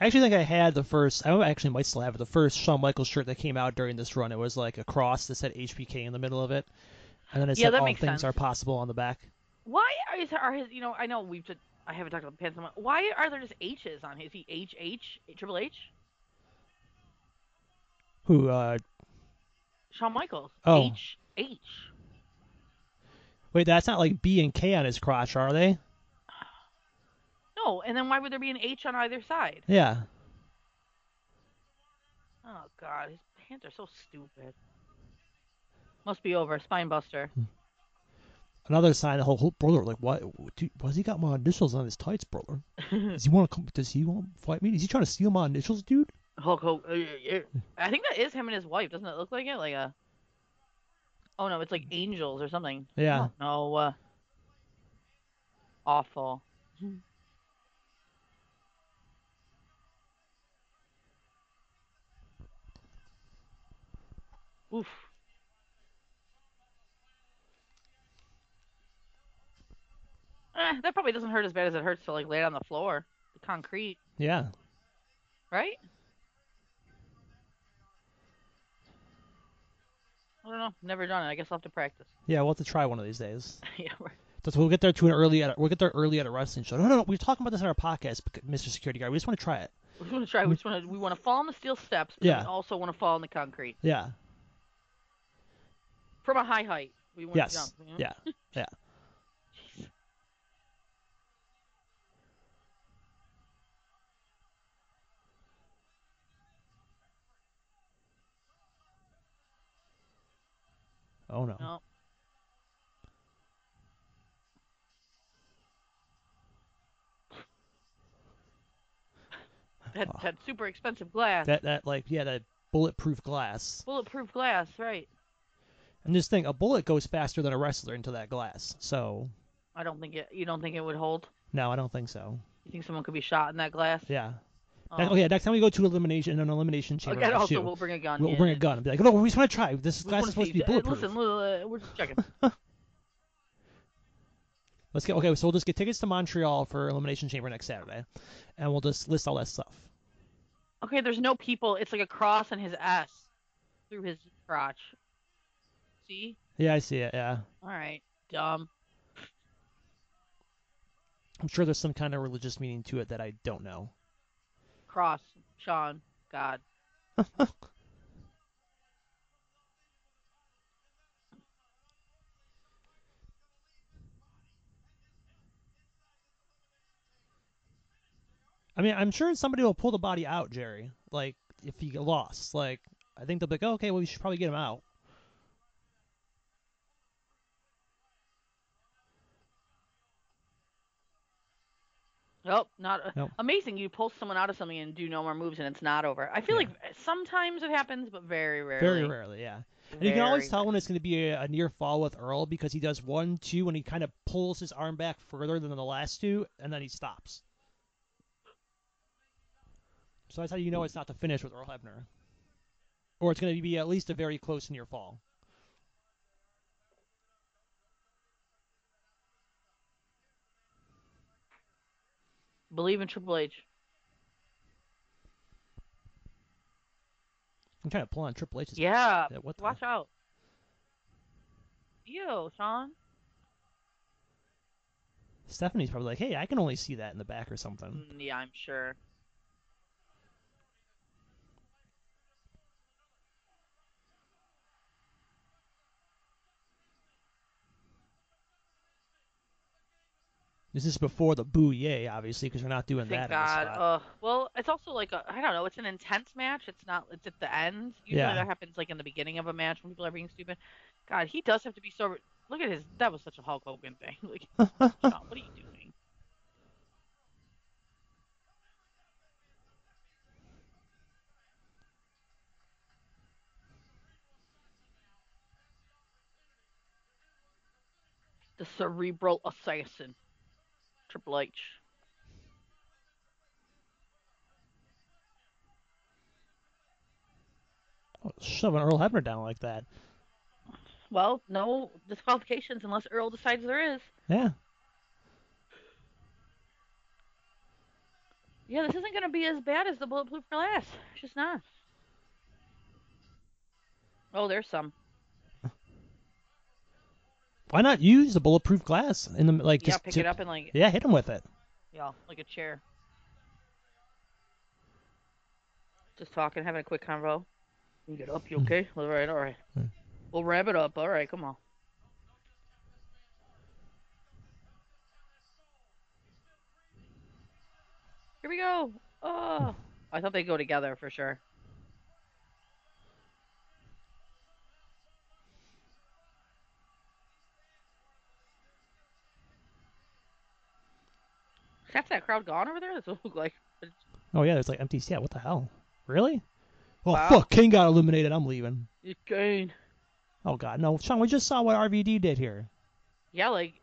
I actually think I had the first. I actually might still have it, the first Shawn Michaels shirt that came out during this run. It was like a cross that said HBK in the middle of it, and then it
Yeah,
said
that
all
makes
things
sense.
are possible on the back.
Why are his, are his? You know, I know we've. Just, I haven't talked about the pants. so much. Why are there just H's on his? Is he H H Triple H?
Who? uh
Shawn Michaels.
Oh.
H H.
Wait, that's not like B and K on his crotch, are they?
No, and then why would there be an H on either side?
Yeah.
Oh god, his pants are so stupid. Must be over. Spine buster.
Another sign. The whole, whole brother. Like, what? Dude, why's he got my initials on his tights, brother? Does he want to come? Does he want to fight me? Is he trying to steal my initials, dude?
Hulk Hogan. uh, yeah, yeah. I think that is him and his wife. Doesn't it look like it? Like a. Oh no, it's like angels or something.
Yeah.
No. Uh... Awful. Oof. Eh, that probably doesn't hurt as bad as it hurts to like lay it on the floor, the concrete,
Yeah.
right? I don't know. Never done it. I guess I'll have to practice.
Yeah. We'll have to try one of these days.
yeah, right.
That's we'll get there to an early. At we'll get there early at a wrestling show. No, no, no. We were talking about this on our podcast, Mr. Security Guard. We just want to try it.
We want to try. We just want to. We want to fall on the steel steps. But
Yeah.
Then we also want to fall on the concrete
Yeah.
from a high height. We want to
Yes.
jump. you know?
Yeah. Yeah. Oh no.
No. That,
Oh.
that super expensive glass,
That that like yeah that bulletproof glass.
bulletproof glass, right?
And this thing, a bullet goes faster than a wrestler into that glass. So
I don't think it. You don't think it would hold?
no, I don't think so.
You think someone could be shot in that glass?
Yeah.
Oh.
Ne- okay. Next time we go to elimination an elimination chamber,
Okay, and
match,
also,
too,
we'll bring a gun.
we'll
in
bring a
and-
gun and be like, no, we just want to try. This
we
glass is supposed
wanna see-
to be
uh,
bulletproof.
Listen, uh, we're just checking.
Let's get okay. So we'll just get tickets to Montreal for Elimination Chamber next Saturday, and we'll just list all that stuff.
Okay, there's no people. It's like a cross and his S through his crotch. See?
Yeah, I see it. Yeah.
All right. Dumb.
I'm sure there's some kind of religious meaning to it that I don't know.
Cross. Sean. God.
I mean, I'm sure somebody will pull the body out, Jerry. Like, if he got lost, like, I think they'll be like, oh, okay, well, we should probably get him out.
Nope, not uh,
Nope.
amazing. You pull someone out of something and do no more moves, and it's not over. I feel
Yeah.
like uh, sometimes it happens, but very rarely.
Very rarely, yeah. And you can always tell when it's going to be a, a near fall with Earl because he does one, two, and he kind of pulls his arm back further than the last two, and then he stops. So that's how you know it's not the finish with Earl Hebner. Or it's going to be at least a very close near fall.
Believe in Triple H.
I'm trying to pull on Triple H's.
Yeah.
Yeah, what the-
Watch out. Ew, Sean.
Stephanie's probably like, hey, I can only see that in the back or something.
Mm, Yeah, I'm sure.
This is before the boo yay, obviously, because we're not doing
Thank
that. in this
God.
spot.
Ugh. well, it's also like a, I don't know. It's an intense match. It's not. It's at the end. Usually
Yeah.
that happens like in the beginning of a match when people are being stupid. God, he does have to be sober. Look at his. That was such a Hulk Hogan thing. Like, Sean, what are you doing? The cerebral assassin, Triple H. Oh.
Shoving Earl Hebner down like that.
Well, no disqualifications unless Earl decides there is.
Yeah.
Yeah, this isn't going to be as bad as the Bulletproof Glass. It's just not. Oh, there's some.
Why not use the bulletproof glass in the like?
yeah,
Just
pick
to-
it up and like,
Yeah, hit him with it.
yeah, like a chair. Just talking, having a quick convo. You get up, you okay? All right, all right.
Hmm.
We'll wrap it up. All right, come on. Here we go.
Hmm.
Oh, I thought they'd go together for sure. Half that crowd gone over there. That's what it looked like.
Oh yeah, there's like empty seat. What the hell? Really? Well,
Wow.
fuck. King got eliminated. I'm leaving.
You gain.
Oh god, no, Sean. We just saw what RVD did here.
Yeah, like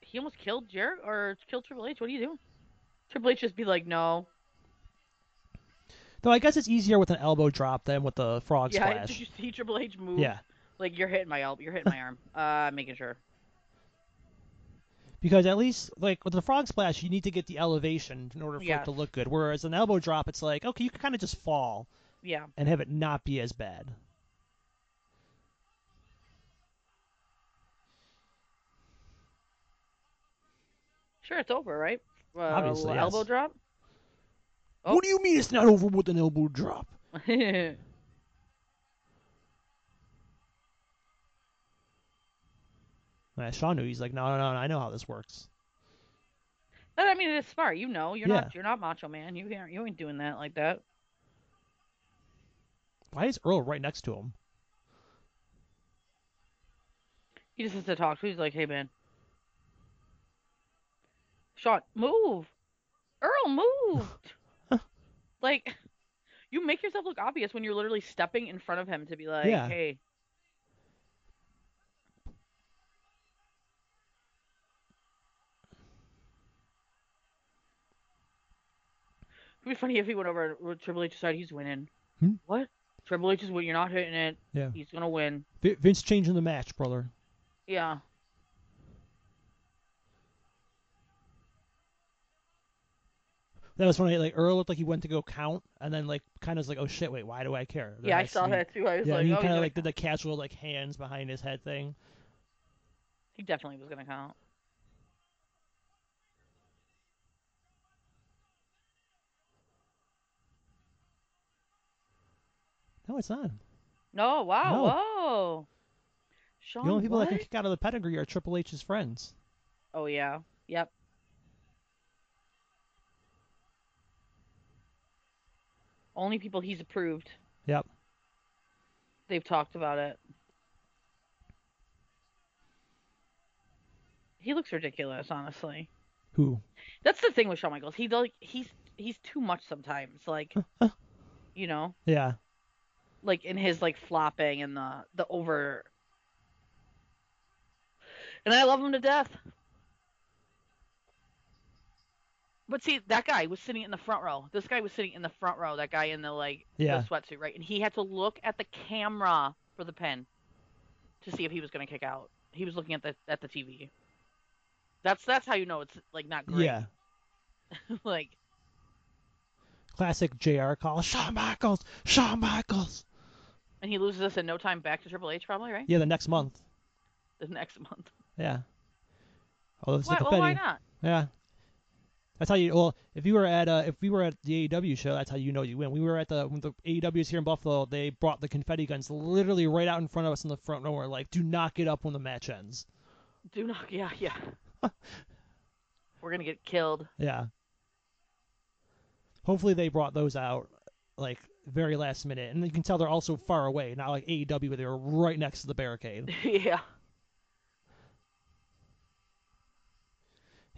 he almost killed Jer or killed Triple H. What are you doing? Triple H just be like, no.
Though I guess it's easier with an elbow drop than with the frog
yeah, did
splash.
you see Triple H move?
Yeah,
Like you're hitting my elbow, you're hitting my arm. Uh, making sure.
because at least like with the frog splash, you need to get the elevation in order for it
Yes.
to look good. Whereas an elbow drop, it's like okay, you can kind of just fall
Yeah.
and have it not be as bad.
Sure, it's over, right? Uh,
Obviously, yes.
Elbow drop. Oh.
What do you mean it's not over with an elbow drop?
Triple
Yeah, Sean knew. He's like, no, no, no, I know how this works.
But, I mean, it's smart. You know, you're
Yeah.
not you're not Macho Man. You can't you ain't doing that like that.
Why is Earl right next to him?
He just has to talk to. you. He's like, hey man, Sean, move. Earl moved. like, you make yourself look obvious when you're literally stepping in front of him to be like,
Yeah.
hey. It'd be funny if he went over and Triple H decided he's winning.
Hmm?
What? Triple H is winning. You're not hitting it.
Yeah.
He's gonna win.
Vi- Vince changing the match, brother.
Yeah.
That was when I like Earl looked like he went to go count, and then like kind of was like, oh shit, wait, why do I care? Then
Yeah, I saw
see-
that too. I was
Yeah,
like,
he
oh, he's
kind of
gonna
like did
count.
the casual like hands behind his head thing.
He definitely was gonna count.
No, it's not.
No, wow,
No.
whoa. Sean,
The only people
what?
that can kick out of the pedigree are Triple H's friends.
Oh yeah, yep. Only people he's approved.
Yep.
They've talked about it. He looks ridiculous, honestly.
Who?
That's the thing with Shawn Michaels. He like he's he's too much sometimes. Like, you know,
Yeah.
like in his like flopping and the the over. And I love him to death. But see, that guy was sitting in the front row. This guy was sitting in the front row. That guy in the like
Yeah.
the sweatsuit, right? And he had to look at the camera for the pin to see if he was going to kick out. He was looking at the at the TV. That's that's how you know it's like not great.
Yeah.
like
Classic JR call. Shawn Michaels. Shawn Michaels.
and he loses this in no time back to Triple H probably, right?
Yeah, the next month.
The next month.
Yeah. Oh, it's
Why,
like a
well, why
Fetty.
not?
Yeah. That's how you. Well, if you were at uh, if we were at the AEW show, that's how you know you win. We were at the when the AEW's here in Buffalo. They brought the confetti guns literally right out in front of us in the front row. We're like, do not get up when the match ends.
Do not. Yeah, yeah. We're gonna get killed.
Yeah. Hopefully they brought those out like very last minute, and you can tell they're also far away. Not like AEW, where they were right next to the barricade.
yeah.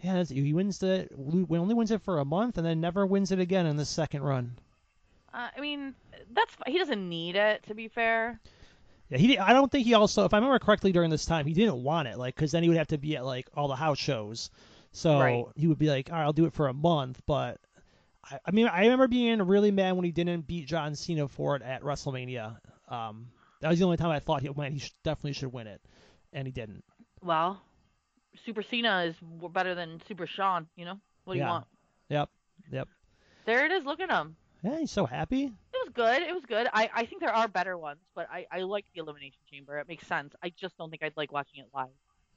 Yeah, that's, he wins the he only wins it for a month, and then never wins it again in the second run.
Uh, I mean, that's fi- he doesn't need it to be fair.
Yeah, he. di- I don't think he also, if I remember correctly, during this time he didn't want it, like, because then he would have to be at like all the house shows. So
Right.
he would be like, "All right, I'll do it for a month." But I, I mean, I remember being really mad when he didn't beat John Cena for it at WrestleMania. Um, that was the only time I thought he, man, he sh definitely should win it, and he didn't.
Well, Super Cena is w- better than Super Sean. You know what do
Yeah.
you want?
Yep, yep.
There it is. Look at him.
Yeah, he's so happy.
It was good. It was good. I, I think there are better ones, but I, I like the Elimination Chamber. It makes sense. I just don't think I'd like watching it live.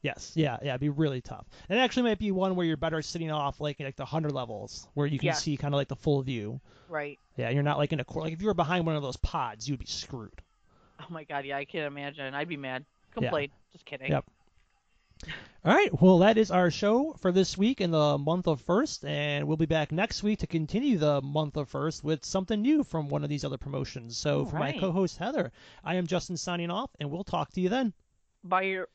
Yes, yeah, yeah. It'd be really tough. And it actually might be one where you're better sitting off like like the hundred levels where you can
Yes.
see kind of like the full view.
Right.
Yeah, you're not like in a cor- like if you were behind one of those pods, you'd be screwed.
Oh my God. Yeah, I can't imagine. I'd be mad.
Yeah.
Complain. Just kidding.
Yep. All right. Well, that is our show for this week in the month of first, and we'll be back next week to continue the month of first with something new from one of these other promotions. So,
All
for my
right.
co-host Heather, I am Justin signing off, and we'll talk to you then.
Bye.